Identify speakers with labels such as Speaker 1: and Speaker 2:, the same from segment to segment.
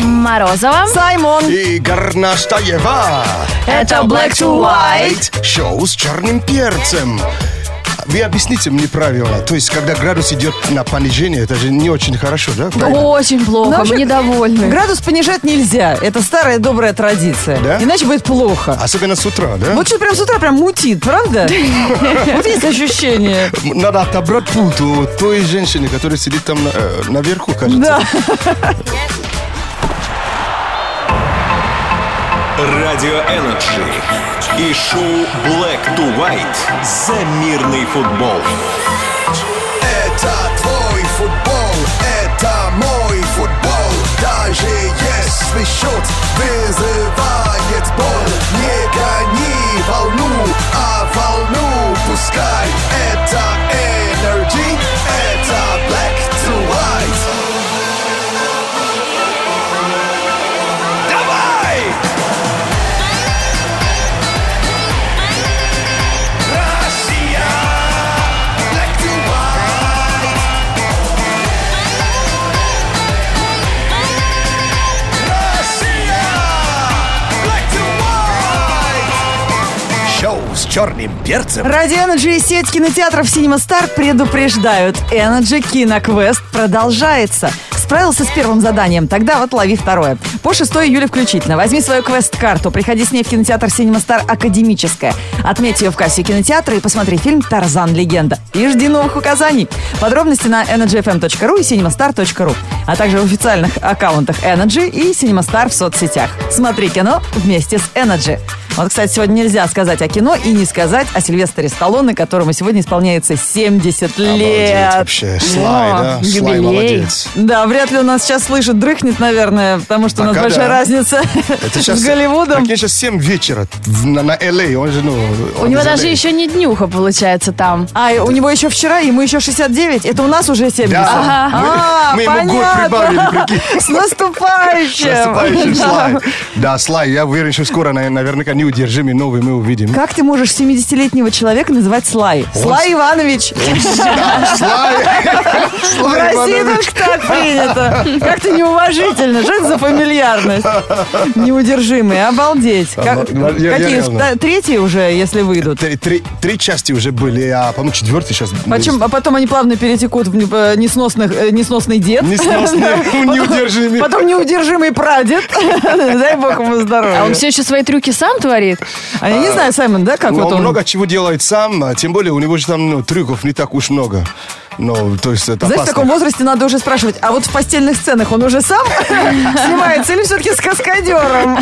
Speaker 1: Морозова.
Speaker 2: Саймон.
Speaker 3: И Горнаштаева.
Speaker 1: Это Black to White.
Speaker 3: Шоу с черным перцем. Вы объясните мне правила. То есть, когда градус идет на понижение, это же не очень хорошо, да? правильно?
Speaker 1: Очень плохо,
Speaker 2: Вообще,
Speaker 1: мы недовольны.
Speaker 2: Градус понижать нельзя. Это старая добрая традиция.
Speaker 3: Да? А?
Speaker 2: Иначе будет плохо.
Speaker 3: Особенно с утра, да?
Speaker 2: Вот что прям с утра прям мутит, правда? Вот есть ощущение.
Speaker 3: Надо отобрать пульт у той женщины, которая сидит там на- э, наверху, кажется.
Speaker 2: Да.
Speaker 4: Радио Энерджи и шоу Black to White за мирный футбол.
Speaker 5: Это твой футбол, это мой футбол. Даже если счет вызывает боль, не гони волну, а волну пускай. Это Energy, это Black to White. Давай! Россия! Black to White! Россия! Black to White! Шоу с черным перцем.
Speaker 2: Ради Energy и сеть кинотеатров Cinema Star предупреждают. Energy Киноквест продолжается. Справился с первым заданием, тогда вот лови второе. По 6 июля включительно. Возьми свою квест-карту, приходи с ней в кинотеатр Cinema Star Академическая. Отметь ее в кассе кинотеатра и посмотри фильм «Тарзан. Легенда». И жди новых указаний. Подробности на energyfm.ru и cinemastar.ru, а также в официальных аккаунтах Energy и Cinema Star в соцсетях. Смотри кино вместе с Energy. Вот, кстати, сегодня нельзя сказать о кино и не сказать о Сильвестре Сталлоне, которому сегодня исполняется 70
Speaker 3: Обалдеть
Speaker 2: лет.
Speaker 3: вообще. Слай,
Speaker 1: О,
Speaker 3: да? Слай
Speaker 1: юбилей.
Speaker 3: молодец.
Speaker 2: Да, вряд ли он нас сейчас слышит, дрыхнет, наверное, потому что у
Speaker 3: А
Speaker 2: нас
Speaker 3: когда?
Speaker 2: большая разница
Speaker 3: Это э,
Speaker 2: с Голливудом.
Speaker 3: Конечно, 7 вечера в- на, на LA. Он же, ну...
Speaker 1: У него даже еще не днюха получается там.
Speaker 2: А, и у него еще вчера, ему еще 69, это у нас уже 70.
Speaker 3: Да.
Speaker 2: А,
Speaker 3: Мы- мы ему год прибавили, прикинь.
Speaker 2: С наступающим! Да.
Speaker 3: Наступающий слайд. Да, слайд. Я уверен, что скоро на- наверняка неудержимый новый мы увидим.
Speaker 2: Как ты можешь 70-летнего человека называть Слай? Слай Иванович!
Speaker 3: Да, Слай.
Speaker 2: В
Speaker 3: Слай
Speaker 2: России
Speaker 3: Иванович.
Speaker 2: только так принято. Как-то неуважительно. Что это за фамильярность? Неудержимые. Обалдеть. Как-
Speaker 3: Обал- А, ну, я- я
Speaker 2: Какие?
Speaker 3: реально.
Speaker 2: Та- Третьи уже, если выйдут.
Speaker 3: Три- Три три части уже были, а, по-моему, четвертый сейчас.
Speaker 2: Почему? А потом они плавно перетекут в не- э, несносных, э, несносный дед.
Speaker 3: Несносный, неудержимый.
Speaker 2: Потом неудержимый прадед. Дай бог ему здоровья.
Speaker 1: А он все еще свои трюки сам творит?
Speaker 2: А я не знаю, Саймон, да, как
Speaker 3: Но
Speaker 2: вот
Speaker 3: Ну, он
Speaker 2: он?
Speaker 3: много чего делает сам, а тем более у него же там ну, трюков не так уж много. Ну, то есть это
Speaker 2: Знаешь, в
Speaker 3: опасно.
Speaker 2: таком возрасте надо уже спрашивать, а вот в постельных сценах он уже сам снимается или все-таки с каскадером?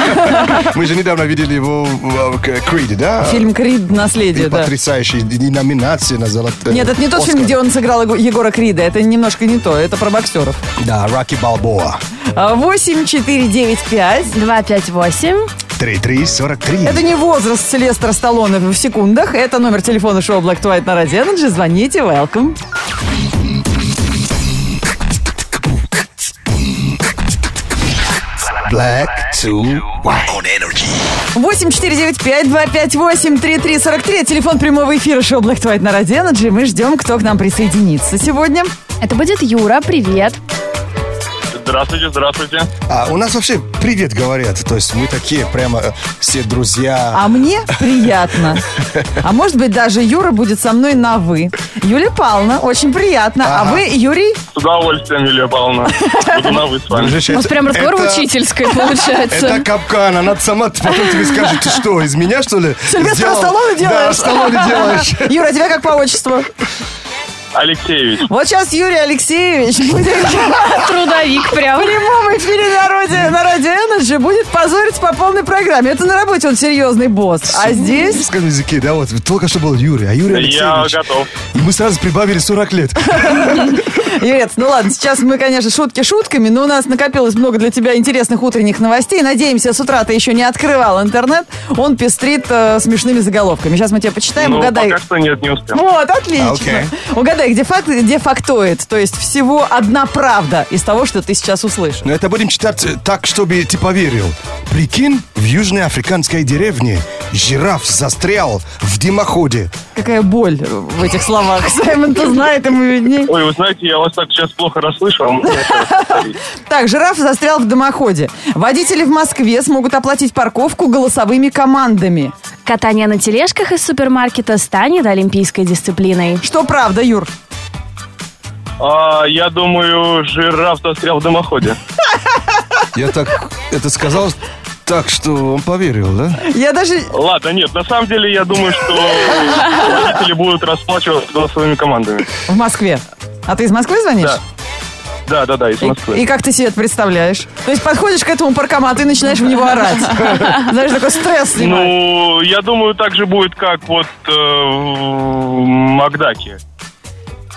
Speaker 3: Мы же недавно видели его в э, к- Криде, да?
Speaker 2: Фильм «Крид.
Speaker 3: И
Speaker 2: Наследие», да.
Speaker 3: потрясающий, и номинация на золотое.
Speaker 2: Нет, это не тот фильм, где он сыграл Его- Егора Крида. Это немножко не то. Это про боксеров.
Speaker 3: Да, Раки Балбоа.
Speaker 2: А, 8, 4, 9, 5.
Speaker 1: 258.
Speaker 3: 3343.
Speaker 2: Это не возраст Селестра Сталлоне в секундах. Это номер телефона шоу Black to White на Radio Energy. Звоните, welcome.
Speaker 3: Black to White.
Speaker 2: 8 4 9 5 2 5 8 3 3 43. Телефон прямого эфира шоу Black to White на Radio Energy. Мы ждем, кто к нам присоединится сегодня.
Speaker 1: Это будет Юра, привет.
Speaker 6: Здравствуйте, здравствуйте.
Speaker 3: А у нас вообще привет говорят. То есть мы такие прямо э, все друзья.
Speaker 2: А мне приятно. А может быть, даже Юра будет со мной на «вы». Юлия Павловна, очень приятно. А
Speaker 3: Ага.
Speaker 2: вы, Юрий?
Speaker 6: С удовольствием, Юлия Павловна. Буду на вы с вами.
Speaker 3: Дружище,
Speaker 1: У нас
Speaker 3: это-
Speaker 1: прям разговор в
Speaker 3: это-
Speaker 1: учительской получается.
Speaker 3: Это капкан, она сама потом тебе скажет, ты что, из меня, что ли?
Speaker 2: Сильвестра
Speaker 3: сделала?»
Speaker 2: Сталлоне
Speaker 3: Да,
Speaker 2: делаешь?
Speaker 3: Сталлоне делаешь.
Speaker 2: Юра, а тебя как по отчеству?
Speaker 6: Алексеевич,
Speaker 2: Вот сейчас Юрий Алексеевич будет
Speaker 1: Трудовик прям.
Speaker 2: в прямом эфире на Радио, на Радио Energy будет позориться по полной программе. Это на работе он серьезный босс. А здесь...
Speaker 3: Скажем языке, да, вот только что был Юрий, а Юрий
Speaker 6: я
Speaker 3: Алексеевич.
Speaker 6: готов.
Speaker 3: И мы сразу прибавили 40 лет.
Speaker 2: Юрец, ну ладно, сейчас мы, конечно, шутки шутками, но у нас накопилось много для тебя интересных утренних новостей. Надеемся, с утра ты еще не открывал интернет. Он пестрит э, смешными заголовками. Сейчас мы тебя почитаем,
Speaker 6: Ну,
Speaker 2: угадай. Ну.
Speaker 6: пока что нет, не успел.
Speaker 2: Вот, отлично.
Speaker 3: Окей.
Speaker 2: Угадай, где факт, где фактоид. То есть всего одна правда из того, что ты сейчас услышишь.
Speaker 3: Но это будем читать э, так, чтобы ты поверил. Прикинь, в южной африканской деревне жираф застрял в дымоходе.
Speaker 2: Какая боль в этих словах. Саймон-то знает, ему видней.
Speaker 6: Ой, вы знаете, я я вас так сейчас плохо расслышал. Можно еще раз повторить?
Speaker 2: Так, жираф застрял в дымоходе. Водители в Москве смогут оплатить парковку голосовыми командами.
Speaker 1: Катание на тележках из супермаркета станет олимпийской дисциплиной.
Speaker 2: Что правда, Юр?
Speaker 6: А, Я думаю, жираф застрял в дымоходе.
Speaker 3: Я так это сказал, так что он поверил, да?
Speaker 2: Я даже...
Speaker 6: Ладно, нет, на самом деле я думаю, что водители будут расплачиваться голосовыми командами.
Speaker 2: В Москве. А ты из Москвы звонишь?
Speaker 6: Да. Да, да, да, из Москвы.
Speaker 2: И, и как ты себе это представляешь? То есть подходишь к этому паркомату и начинаешь в него орать. Знаешь, такой стресс снимаешь.
Speaker 6: Ну, я думаю, так же будет, как вот э, в Макдаке.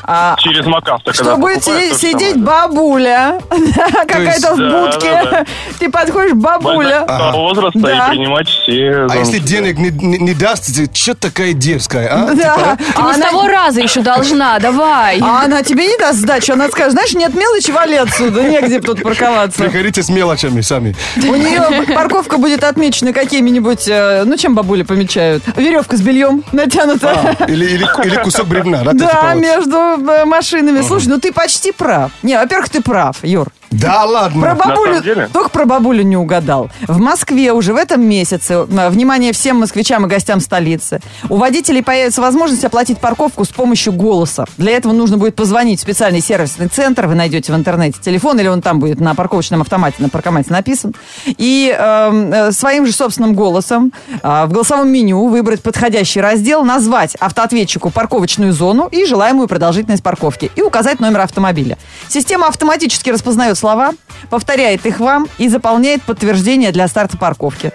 Speaker 2: А
Speaker 6: Через Макафта. когда
Speaker 2: Что будет
Speaker 6: покупаешь
Speaker 2: си-
Speaker 6: то же
Speaker 2: сидеть
Speaker 6: самое.
Speaker 2: бабуля, да, какая-то в
Speaker 6: да, да,
Speaker 2: будке.
Speaker 6: да.
Speaker 2: Ты подходишь, бабуля.
Speaker 6: Больного возраста
Speaker 2: Да.
Speaker 6: и принимать все...
Speaker 3: А если
Speaker 6: звонки.
Speaker 3: денег не, не- не даст, ты что такая дерзкая, а?
Speaker 6: Типа,
Speaker 2: Да.
Speaker 1: А с того раза еще должна, давай.
Speaker 2: А она тебе не даст сдачу, она скажет, знаешь, нет мелочи, вали отсюда, негде тут парковаться.
Speaker 3: Приходите с мелочами сами.
Speaker 2: У нее парковка будет отмечена какими-нибудь, э, ну чем бабули помечают? Веревка с бельем натянута.
Speaker 3: Или, или- или кусок бревна, да? ты
Speaker 2: Да,
Speaker 3: типа вот.
Speaker 2: между э, машинами. Слушай, ну ты почти прав. Не, во-первых, ты прав, Юр.
Speaker 3: Да ладно.
Speaker 2: Про бабулю,
Speaker 6: самом деле?
Speaker 2: только про бабулю не угадал. В Москве уже в этом месяце, э, внимание всем москвичам и гостям столицы, у водителей появится возможность оплатить парковку с помощью голоса. Для этого нужно будет позвонить в специальный сервисный центр, вы найдете в интернете телефон, или он там будет на парковочном автомате, на паркомате написан. И эм, э, своим же собственным голосом э, в голосовом меню выбрать подходящий раздел, назвать автоответчику парковочную зону и желаемую продолжительность парковки, и указать номер автомобиля. Система автоматически распознает слова, повторяет их вам и заполняет подтверждение для старта парковки.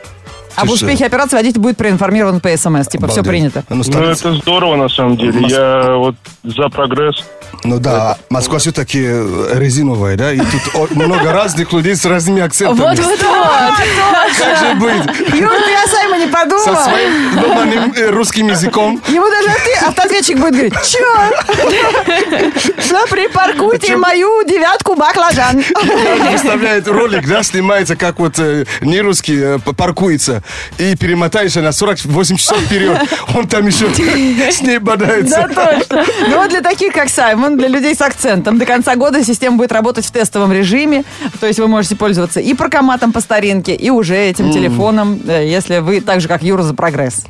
Speaker 2: Об
Speaker 3: Слушай.
Speaker 2: успехе операции водитель будет проинформирован по СМС, типа все
Speaker 3: Обалдеть.
Speaker 2: принято.
Speaker 3: Ну,
Speaker 6: Ну,
Speaker 3: столица.
Speaker 6: это здорово, на самом деле. Я вот за прогресс.
Speaker 3: Ну да, Москва все-таки резиновая, да? И тут о- много разных людей с разными акцентами.
Speaker 1: Вот-вот-вот.
Speaker 3: Как же быть?
Speaker 2: Юр, ты о Саймоне
Speaker 3: Со
Speaker 2: подумала?
Speaker 3: своим ломаным э, русским языком.
Speaker 2: Ему даже ты, автоответчик будет говорить, чё? Ну, припаркуйте мою девятку баклажан.
Speaker 3: Представляет ролик, да, снимается, как вот э, нерусский э, п- паркуется. И перемотаешься на 48 часов вперед. Он там еще с ней
Speaker 2: Да,
Speaker 3: бодается.
Speaker 2: точно. Ну вот для таких, как Саймон, для людей с акцентом, до конца года система будет работать в тестовом режиме. То есть вы можете пользоваться и паркоматом по старинке, и уже этим телефоном, э, если вы так же, как Юра, за прогресс.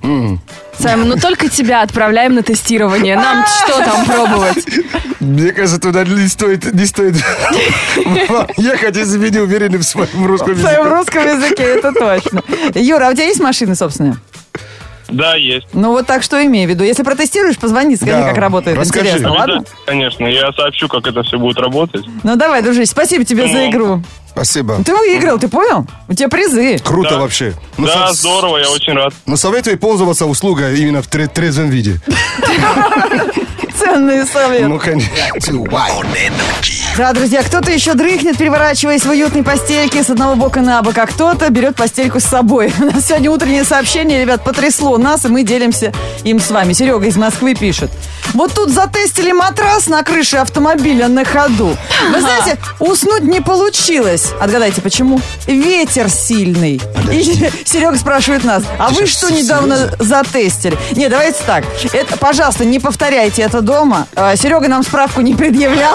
Speaker 1: Саймон, ну только тебя отправляем на тестирование. Нам что там пробовать?
Speaker 3: Мне кажется, туда не стоит, не стоит ехать, если вы не уверены в своем русском
Speaker 2: В своем
Speaker 3: языке.
Speaker 2: русском языке, это точно. Юра, а у тебя есть машины собственные?
Speaker 6: Да, есть.
Speaker 2: Ну вот так что имей в виду. Если протестируешь, позвони, скажи,
Speaker 3: Да,
Speaker 2: как работает.
Speaker 3: расскажи.
Speaker 2: Интересно, ладно?
Speaker 6: Обязательно, Конечно, я сообщу, как это все будет работать.
Speaker 2: Ну давай, дружище, спасибо тебе за игру.
Speaker 3: Спасибо.
Speaker 2: Ты выиграл, ты понял? У тебя призы.
Speaker 3: Круто
Speaker 6: Да.
Speaker 3: вообще. Ну,
Speaker 6: Да,
Speaker 3: со-
Speaker 6: здорово, я очень рад.
Speaker 3: Но советую пользоваться услугой именно в тре- трезвом виде.
Speaker 2: Ценные советы.
Speaker 3: Ну, конечно.
Speaker 2: Да, друзья, кто-то еще дрыхнет, переворачиваясь в уютной постельке с одного бока на бок, а кто-то берет постельку с собой. У нас сегодня утреннее сообщение, ребят, потрясло нас, и мы делимся им с вами. Серега из Москвы пишет. Вот тут затестили матрас на крыше автомобиля на ходу. Вы знаете, уснуть не получилось. Отгадайте, почему? Ветер сильный. И Серега спрашивает нас, а вы
Speaker 3: сейчас
Speaker 2: что
Speaker 3: серьезно?
Speaker 2: недавно затестили. Не, давайте так. Это, пожалуйста, не повторяйте это дома. А, Серега нам справку не предъявлял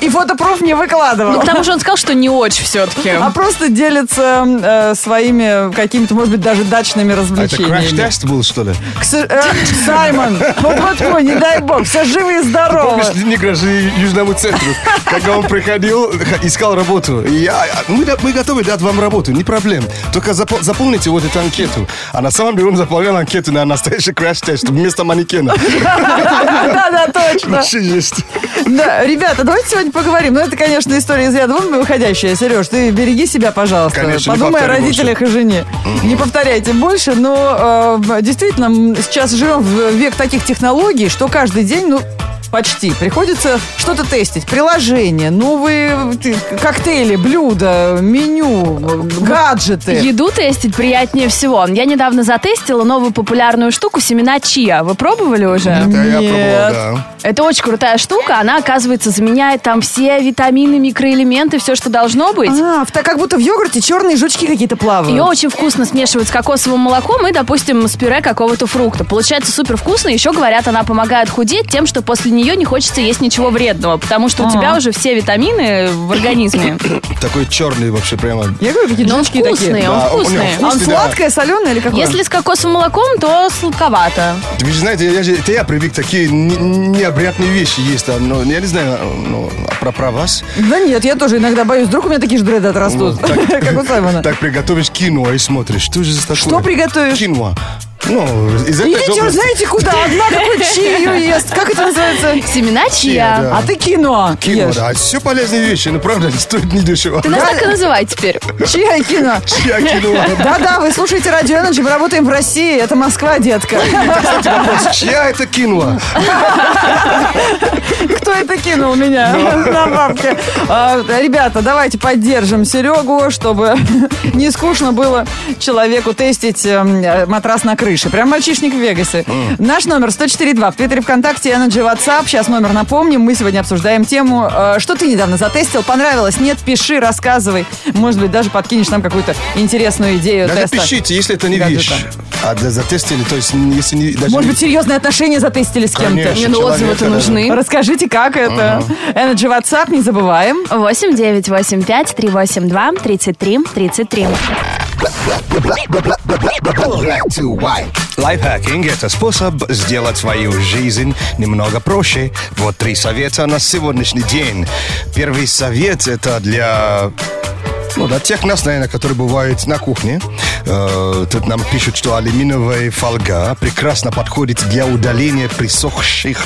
Speaker 2: и фотопруф не выкладывал.
Speaker 1: Ну, потому что он сказал, что не очень все-таки.
Speaker 2: а просто делится э, своими какими-то, может быть, даже дачными
Speaker 3: А это
Speaker 2: развлечениями.
Speaker 3: краш-тест был, что ли?
Speaker 2: К сож- э, Саймон, ну вот мой, не дай бог, все живы и здоровы.
Speaker 3: Помнишь, не грожи Южному центру, когда он приходил, искал работу. И я- а, ну, мы, да- мы готовы дать вам работу, не проблем. Только запо- заполните вот эту анкету. А на самом деле он заполнял анкету на настоящий краш-тест вместо манекена.
Speaker 2: Да-да, точно.
Speaker 3: Вообще есть.
Speaker 2: Да, ребята, давайте сегодня поговорим. Ну, это, конечно, история из ряда вон выходящая. Сереж, ты береги себя, пожалуйста.
Speaker 3: Конечно, не
Speaker 2: Подумай о
Speaker 3: повторяй
Speaker 2: родителях и жене. Не повторяйте больше, но э, действительно, м, сейчас живем в век таких технологий, что каждый день, ну, почти, приходится что-то тестить. Приложения, новые ты- коктейли, блюда, э, меню, гаджеты.
Speaker 1: Еду тестить приятнее всего. Я недавно затестила новую популярную штуку семена чия. Вы пробовали уже?
Speaker 3: Да, я
Speaker 2: Нет.
Speaker 3: пробовал, да.
Speaker 1: Это очень крутая штука. Она, оказывается, заменяет там все витамины, микроэлементы, все, что должно быть.
Speaker 2: А, в- так как будто в йогурте черные жучки какие-то плавают.
Speaker 1: Ее очень вкусно смешивают с кокосовым молоком и, допустим, с пюре какого-то фрукта. Получается супер вкусно. Еще говорят, она помогает худеть тем, что после нее не хочется есть ничего вредного, потому что у тебя уже все витамины в организме.
Speaker 3: Такой черный вообще прямо.
Speaker 2: Я говорю, какие
Speaker 1: Но он
Speaker 2: жучки
Speaker 1: вкусный,
Speaker 2: такие.
Speaker 1: он
Speaker 3: Да, он- он
Speaker 1: вкусный.
Speaker 2: А он
Speaker 3: Вкусный, да.
Speaker 2: сладкое, соленое или какое?
Speaker 1: Если с кокосовым молоком, то сладковато.
Speaker 3: Вы же знаете, я же, это я привык, такие не- необрядные вещи есть. да, но я не знаю ну, а про, про вас.
Speaker 2: Да нет, я тоже иногда боюсь, вдруг у меня такие же дреды отрастут.
Speaker 3: Ну, так-
Speaker 2: Как у Саймона.
Speaker 3: Так приготовишь кино и смотришь. Что же за такое?
Speaker 2: Что приготовишь?
Speaker 3: Кино. Ну, из этой
Speaker 2: Идите
Speaker 3: области.
Speaker 2: уж знаете куда, одна такой чию ест. Как это называется?
Speaker 1: Семена чия.
Speaker 3: да.
Speaker 2: А ты кино
Speaker 3: Кино,
Speaker 2: ешь.
Speaker 3: да. Все полезные вещи, ну правда, не стоит не дешево.
Speaker 1: Ты нас так и называй теперь.
Speaker 2: Чья и кино?
Speaker 3: Я кино. а
Speaker 2: Да-да, вы слушаете Радио Energy, мы работаем в России, это Москва, детка.
Speaker 3: Кстати, вопрос, чья это кино?
Speaker 2: Кто это кинул меня на бабке? А, Ребята, давайте поддержим Серегу, чтобы не скучно было человеку тестить эм, э, матрас на крыше. Прям мальчишник в Вегасе. Наш номер 104.2 в Твиттере ВКонтакте, Energy WhatsApp. Сейчас номер напомним. Мы сегодня обсуждаем тему, э, что ты недавно затестил, понравилось, нет, пиши, рассказывай. Может быть, даже подкинешь нам какую-то интересную идею
Speaker 3: Даже
Speaker 2: теста.
Speaker 3: пишите, если это не
Speaker 2: гаджета.
Speaker 3: вещь. А да, затестили, то есть м, если не... даже
Speaker 2: Может
Speaker 3: не-
Speaker 2: быть, серьезные отношения затестили с кем-то.
Speaker 3: Конечно,
Speaker 1: Мне ну,
Speaker 3: человек,
Speaker 1: отзывы-то
Speaker 3: да, да.
Speaker 1: нужны.
Speaker 2: Расскажите, как это. Energy WhatsApp, не забываем.
Speaker 1: 8 9 8 5 3 8 2 33 33.
Speaker 3: Лайфхакинг – это способ сделать свою жизнь немного проще. Вот три совета на сегодняшний день. Первый совет – это для ну, да, тех нас, наверное, которые бывают на кухне. Э, тут нам пишут, что алюминиевая фольга прекрасно подходит для удаления присохших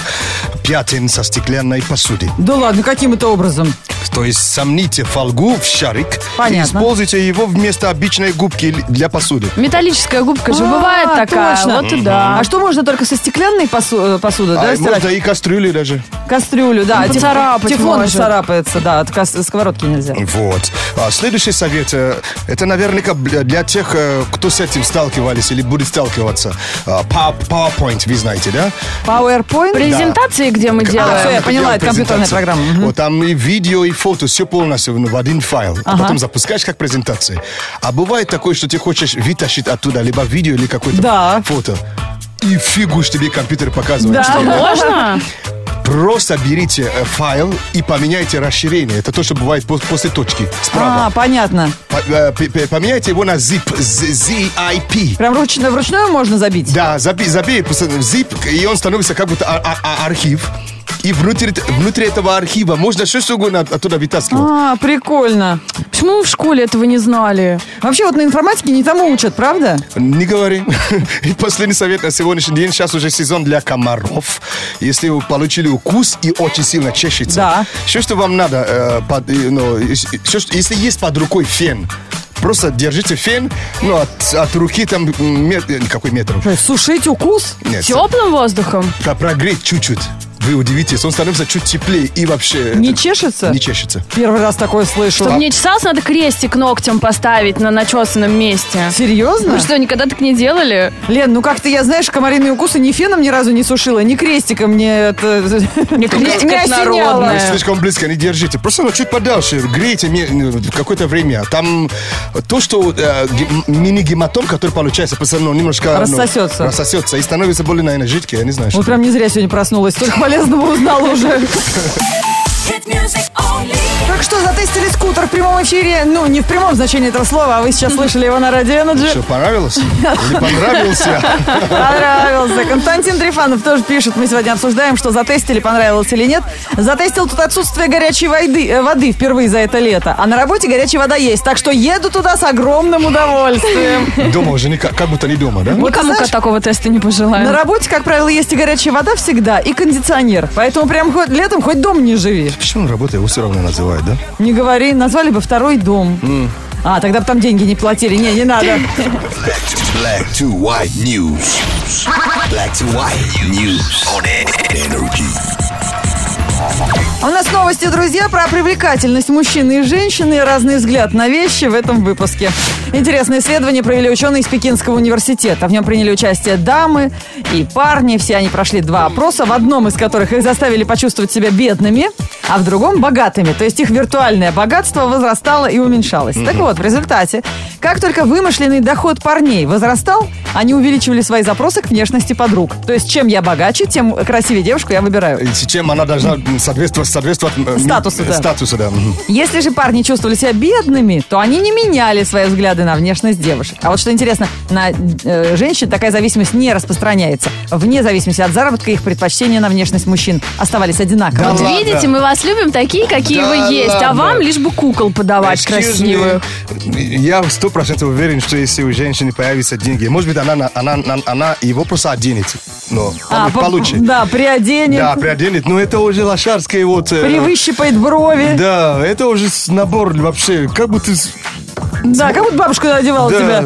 Speaker 3: пятен со стеклянной посуды.
Speaker 2: Да ладно, каким это образом?
Speaker 3: То есть сомните фольгу в шарик и
Speaker 2: Понятно.
Speaker 3: используйте его вместо обычной губки для посуды.
Speaker 1: Металлическая губка же
Speaker 2: А,
Speaker 1: бывает такая.
Speaker 2: точно.
Speaker 1: Вот и да.
Speaker 2: А что можно только со стеклянной посу- э, посуды, да,
Speaker 3: а
Speaker 2: стирать?
Speaker 3: можно и кастрюли даже.
Speaker 2: Кастрюлю, да. теф-
Speaker 1: Ну, поцарапать
Speaker 2: Тефлон
Speaker 1: может.
Speaker 2: царапается, да, от кас- сковородки нельзя.
Speaker 3: Вот. А следующий совет, э, это наверняка бля- для тех, э, кто с этим сталкивались или будет сталкиваться. А, Pow- PowerPoint, вы знаете, да?
Speaker 2: PowerPoint?
Speaker 1: Презентации, где мы
Speaker 2: А, всё,
Speaker 1: делаем.
Speaker 2: я поняла, это компьютерная
Speaker 3: презентацию.
Speaker 2: программа. Мгм.
Speaker 3: Вот там и видео, и фото, все полностью в в один файл. А потом запускаешь как презентации. А бывает такое, что ты хочешь вытащить оттуда либо видео, или какое-то
Speaker 2: Да.
Speaker 3: фото. И фигу ж тебе компьютер показывает.
Speaker 2: Да. А,
Speaker 3: что ли.
Speaker 1: Можно?
Speaker 3: Просто берите э, файл и поменяйте расширение. Это то, что бывает пос- после точки справа.
Speaker 2: А, понятно.
Speaker 3: По- э, п- п- Поменяйте его на zip, Z- ZIP.
Speaker 2: Прям ручно, вручную можно забить?
Speaker 3: Да, забей, забей просто в zip, и он становится как будто а- а- а- архив. И внутри, внутри этого архива можно что угодно от- оттуда вытаскивать.
Speaker 2: А, прикольно.
Speaker 1: Почему мы в школе этого не знали?
Speaker 2: Вообще вот на информатике не тому учат, правда?
Speaker 3: Не говори. И последний совет на сегодняшний день. Сейчас уже сезон для комаров. Если вы получили укус и очень сильно чешется.
Speaker 2: Да.
Speaker 3: Все, что вам надо, э, под- э, ну, и- и всё, что- если есть под рукой фен, просто держите фен, ну, от, от руки там м, мет- э, какой метр?
Speaker 2: Что, Сушить укус?
Speaker 3: Нет,
Speaker 1: Теплым воздухом?
Speaker 3: про- прогреть чуть-чуть. Вы удивитесь, он становится чуть теплее и вообще...
Speaker 2: Не
Speaker 3: это,
Speaker 2: чешется?
Speaker 3: Не чешется.
Speaker 2: Первый раз такое слышу.
Speaker 1: Чтобы не чесался, надо крестик ногтем поставить на начесанном месте.
Speaker 2: Серьезно?
Speaker 1: Вы что, никогда так не делали?
Speaker 2: Лен, ну как-то я, знаешь, комариные укусы ни феном ни разу не сушила, ни крестиком мне это... Не,
Speaker 1: крестик, это народное.
Speaker 3: Вы слишком близко не держите. Просто ну, чуть подальше. Грейте ме- ну, какое-то время. Там то, что э, ге- м- мини-гематом, который получается, просто ну, немножко... ну,
Speaker 2: Рассосется.
Speaker 3: рассосется и становится более, наверное, жидкое. Я не знаю, что.
Speaker 2: Вот прям не зря сегодня проснулась, столько полезного узнала уже.
Speaker 7: Hit music only.
Speaker 2: Так что затестили скутер в прямом эфире. Ну, не в прямом значении этого слова, а вы сейчас слышали его на Радио Energy.
Speaker 3: Что, понравилось? Или понравился?
Speaker 2: Понравился. Константин Трифанов тоже пишет. Мы сегодня обсуждаем, что затестили, понравилось или нет. Затестил тут отсутствие горячей воды, э, воды впервые за это лето. А на работе горячая вода есть. Так что еду туда с огромным удовольствием.
Speaker 3: Дома уже не, как как будто не дома, да?
Speaker 1: Никому
Speaker 2: знаешь,
Speaker 1: такого теста не
Speaker 2: На
Speaker 1: пожелаю.
Speaker 2: работе, как правило, есть и горячая вода всегда, и кондиционер. Поэтому прям хоть летом хоть дом не живи.
Speaker 3: Почему работа его все равно называют, да?
Speaker 2: Не говори, назвали бы второй дом. А, тогда бы там деньги не платили. Не, не надо.
Speaker 5: Black to white news. Black to white news on E- energy.
Speaker 2: У нас новости, друзья, про привлекательность мужчины и женщины и разный взгляд на вещи в этом выпуске. Интересное исследование провели ученые из Пекинского университета. В нем приняли участие дамы и парни. Все они прошли два опроса, в одном из которых их заставили почувствовать себя бедными, а в другом богатыми. То есть их виртуальное богатство возрастало и уменьшалось. Так вот, в результате, как только вымышленный доход парней возрастал, они увеличивали свои запросы к внешности подруг. То есть чем я богаче, тем красивее девушку я выбираю.
Speaker 3: И Чем она должна м, соответствовать, соответствовать м,
Speaker 2: Статусу, да.
Speaker 3: статусу, да. Мгм.
Speaker 2: Если же парни чувствовали себя бедными, то они не меняли свои взгляды на внешность девушек. А вот что интересно, на э, женщин такая зависимости не распространяется. Вне зависимости от заработка их предпочтения на внешность мужчин оставались одинаковыми.
Speaker 1: Вот
Speaker 3: ладно.
Speaker 1: видите, мы вас любим такие, какие
Speaker 3: Да
Speaker 1: вы есть, а
Speaker 3: ладно.
Speaker 1: вам лишь бы кукол подавать
Speaker 3: Excuse
Speaker 1: красивых.
Speaker 3: me. Я сто процентов уверен, что если у женщины появятся деньги, может быть, она, на- она, на- она его просто оденет, но
Speaker 2: А,
Speaker 3: получит.
Speaker 2: по-
Speaker 3: получше.
Speaker 2: Да, приоденем,
Speaker 3: Да, приоденет, но это уже лошадское вот... э,
Speaker 2: привыщипает брови.
Speaker 3: Да, это уже с- набор вообще, как бы ты... с-
Speaker 2: Да, как будто бабушка одевала
Speaker 3: Да.
Speaker 2: тебя.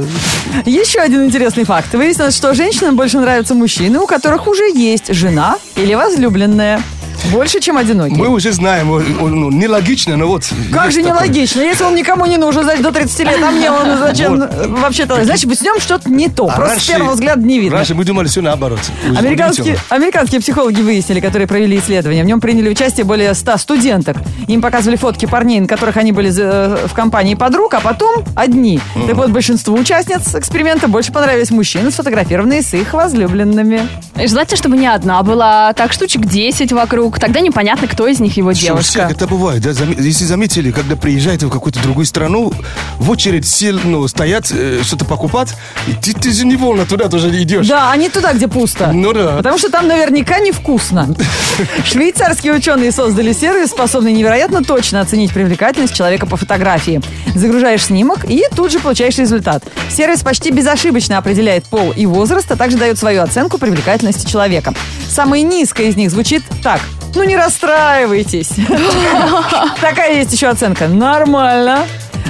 Speaker 2: Еще один интересный факт. Выяснилось, что женщинам больше нравятся мужчины, у которых уже есть жена или возлюбленная. Больше, чем одинокие.
Speaker 3: Мы уже знаем, о- о, ну, нелогично, но вот...
Speaker 2: Как
Speaker 3: есть
Speaker 2: же
Speaker 3: такое.
Speaker 2: нелогично, если он никому не нужен, значит, до 30 лет, а мне он зачем
Speaker 3: Вот.
Speaker 2: э, вообще-то? Значит, быть, с ним что-то не то,
Speaker 3: А
Speaker 2: просто с
Speaker 3: раньше-
Speaker 2: первого взгляда не видно.
Speaker 3: Раньше мы думали все наоборот.
Speaker 2: Американские,
Speaker 3: Удивительно.
Speaker 2: американские психологи выяснили, которые провели исследование. В нем приняли участие более 100 студенток. Им показывали фотки парней, на которых они были э, в компании подруг, а потом одни. Так вот, большинству участниц эксперимента больше понравились мужчины, сфотографированные с их возлюбленными.
Speaker 1: И Желательно, чтобы не одна была, а так штучек 10 вокруг. Тогда непонятно, кто из них его
Speaker 3: Что, все
Speaker 1: девушка.
Speaker 3: Это бывает, да, зам- если заметили, когда приезжаете в какую-то другую страну, в очередь сел, ну, стоят, э, что-то покупать, и ты, ты же невольно туда тоже идешь.
Speaker 2: Да, а не туда, где пусто.
Speaker 3: Ну да.
Speaker 2: Потому что там наверняка невкусно. Швейцарские ученые создали сервис, способный невероятно точно оценить привлекательность человека по фотографии. Загружаешь снимок и тут же получаешь результат. Сервис почти безошибочно определяет пол и возраст, а также дает свою оценку привлекательности человека. Самая низкая из них звучит так. Ну не расстраивайтесь. Такая есть еще оценка. Нормально.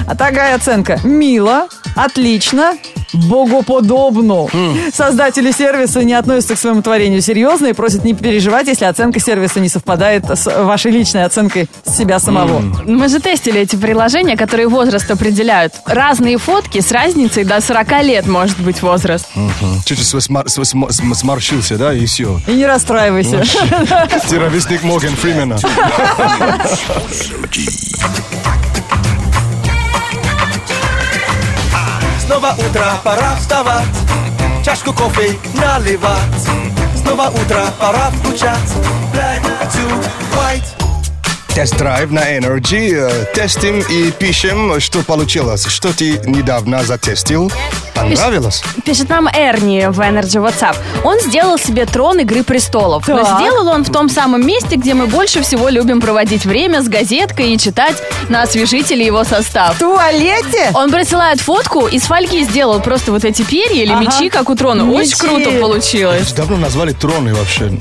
Speaker 2: А такая оценка. Мило, отлично, богоподобно.
Speaker 3: Хм.
Speaker 2: Создатели сервиса не относятся к своему творению серьезно и просят не переживать, если оценка сервиса не совпадает с вашей личной оценкой себя самого.
Speaker 1: Мы же тестили эти приложения, которые возраст определяют. Разные фотки с разницей до 40 лет может быть возраст.
Speaker 3: Чуть-чуть смор- см- см- см- сморщился, да, и все.
Speaker 2: И не расстраивайся.
Speaker 3: Террористник Морган Фримена.
Speaker 8: Снова утро, пора вставать Чашку кофе наливать Снова утро, пора включать Black to white
Speaker 3: Тест-драйв на Energy. э, Тестим и пишем, что получилось. Что ты недавно затестил? Понравилось?
Speaker 1: Пишет нам Эрни в Energy WhatsApp. Он сделал себе трон Игры престолов.
Speaker 2: Так.
Speaker 1: Но сделал он в том самом месте, где мы больше всего любим проводить время с газеткой и читать на освежителе его состав.
Speaker 2: В туалете?
Speaker 1: Он присылает фотку, из фольги сделал просто вот эти перья или
Speaker 2: Ага.
Speaker 1: мечи, как у трона. Очень
Speaker 2: Мечи.
Speaker 1: круто получилось.
Speaker 3: Давно назвали троны вообще.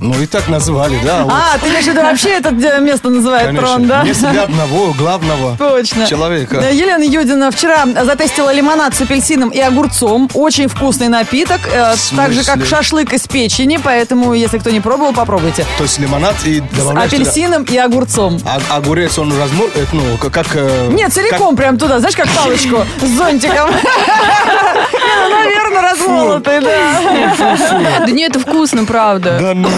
Speaker 3: Ну и так назвали, да. вот.
Speaker 2: А, ты имеешь в виду вообще это э, место называют
Speaker 3: Конечно.
Speaker 2: трон, да?
Speaker 3: Если для одного главного
Speaker 2: Точно.
Speaker 3: человека.
Speaker 2: Да, Елена Юдина вчера затестила лимонад с апельсином и огурцом. Очень вкусный напиток, э,
Speaker 3: В
Speaker 2: так же, как
Speaker 3: смысле?
Speaker 2: шашлык из печени. Поэтому, если кто не пробовал, попробуйте.
Speaker 3: То есть лимонад и
Speaker 2: С
Speaker 3: добавляешь туда-
Speaker 2: апельсином и огурцом.
Speaker 3: А- огурец, он размор, э, ну, к- как... э,
Speaker 2: Нет, целиком прям туда, знаешь, как палочку с зонтиком. Не, ну, Наверное, размолотый, да.
Speaker 1: Да не, это вкусно, правда.
Speaker 3: как- Да ну.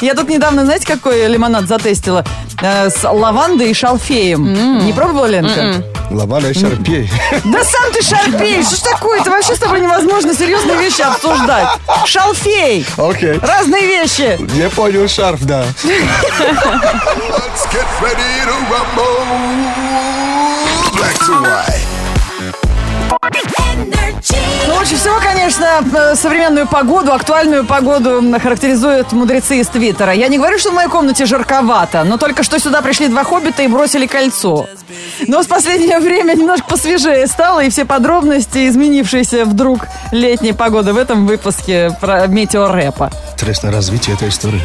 Speaker 2: Я тут недавно, знаете, какой лимонад затестила? Э, С лавандой и шалфеем. Не пробовала, Ленка?
Speaker 3: Лаванда и шарпей.
Speaker 2: Да сам ты шарпей! Что ж такое-то? Вообще с тобой невозможно серьезные вещи обсуждать. Шалфей!
Speaker 3: Окей.
Speaker 2: Разные вещи!
Speaker 3: Я понял, шарф, да.
Speaker 5: Let's get ready to rumble. Black to white.
Speaker 7: Energy.
Speaker 2: Ну, лучше всего, конечно, э, современную погоду, актуальную погоду м, характеризуют мудрецы из Твиттера. Я не говорю, что в моей комнате жарковато, но только что сюда пришли два хоббита и бросили кольцо. Но в последнее время немножко посвежее стало, и все подробности изменившейся вдруг летней погоды в этом выпуске про метеорэпа.
Speaker 3: Интересное развитие этой истории.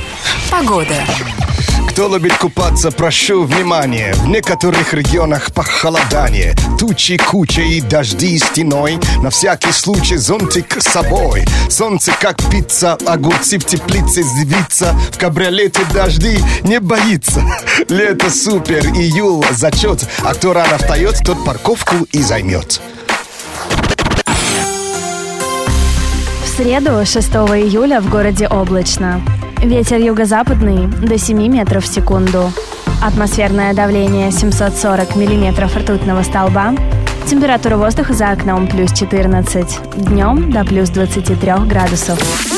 Speaker 5: Кто любит купаться, прошу внимания В некоторых регионах похолодание Тучи кучей и дожди стеной На всякий случай зонтик с собой Солнце как пицца, огурцы в теплице Звиться в кабриолете дожди не боится Лето супер, июль зачет А кто рано встает, тот парковку и займет
Speaker 9: В среду, 6 июля, в городе облачно. Ветер юго-западный до 7 метров в секунду. Атмосферное давление 740 миллиметров ртутного столба. Температура воздуха за окном плюс 14. Днем до плюс 23 градусов.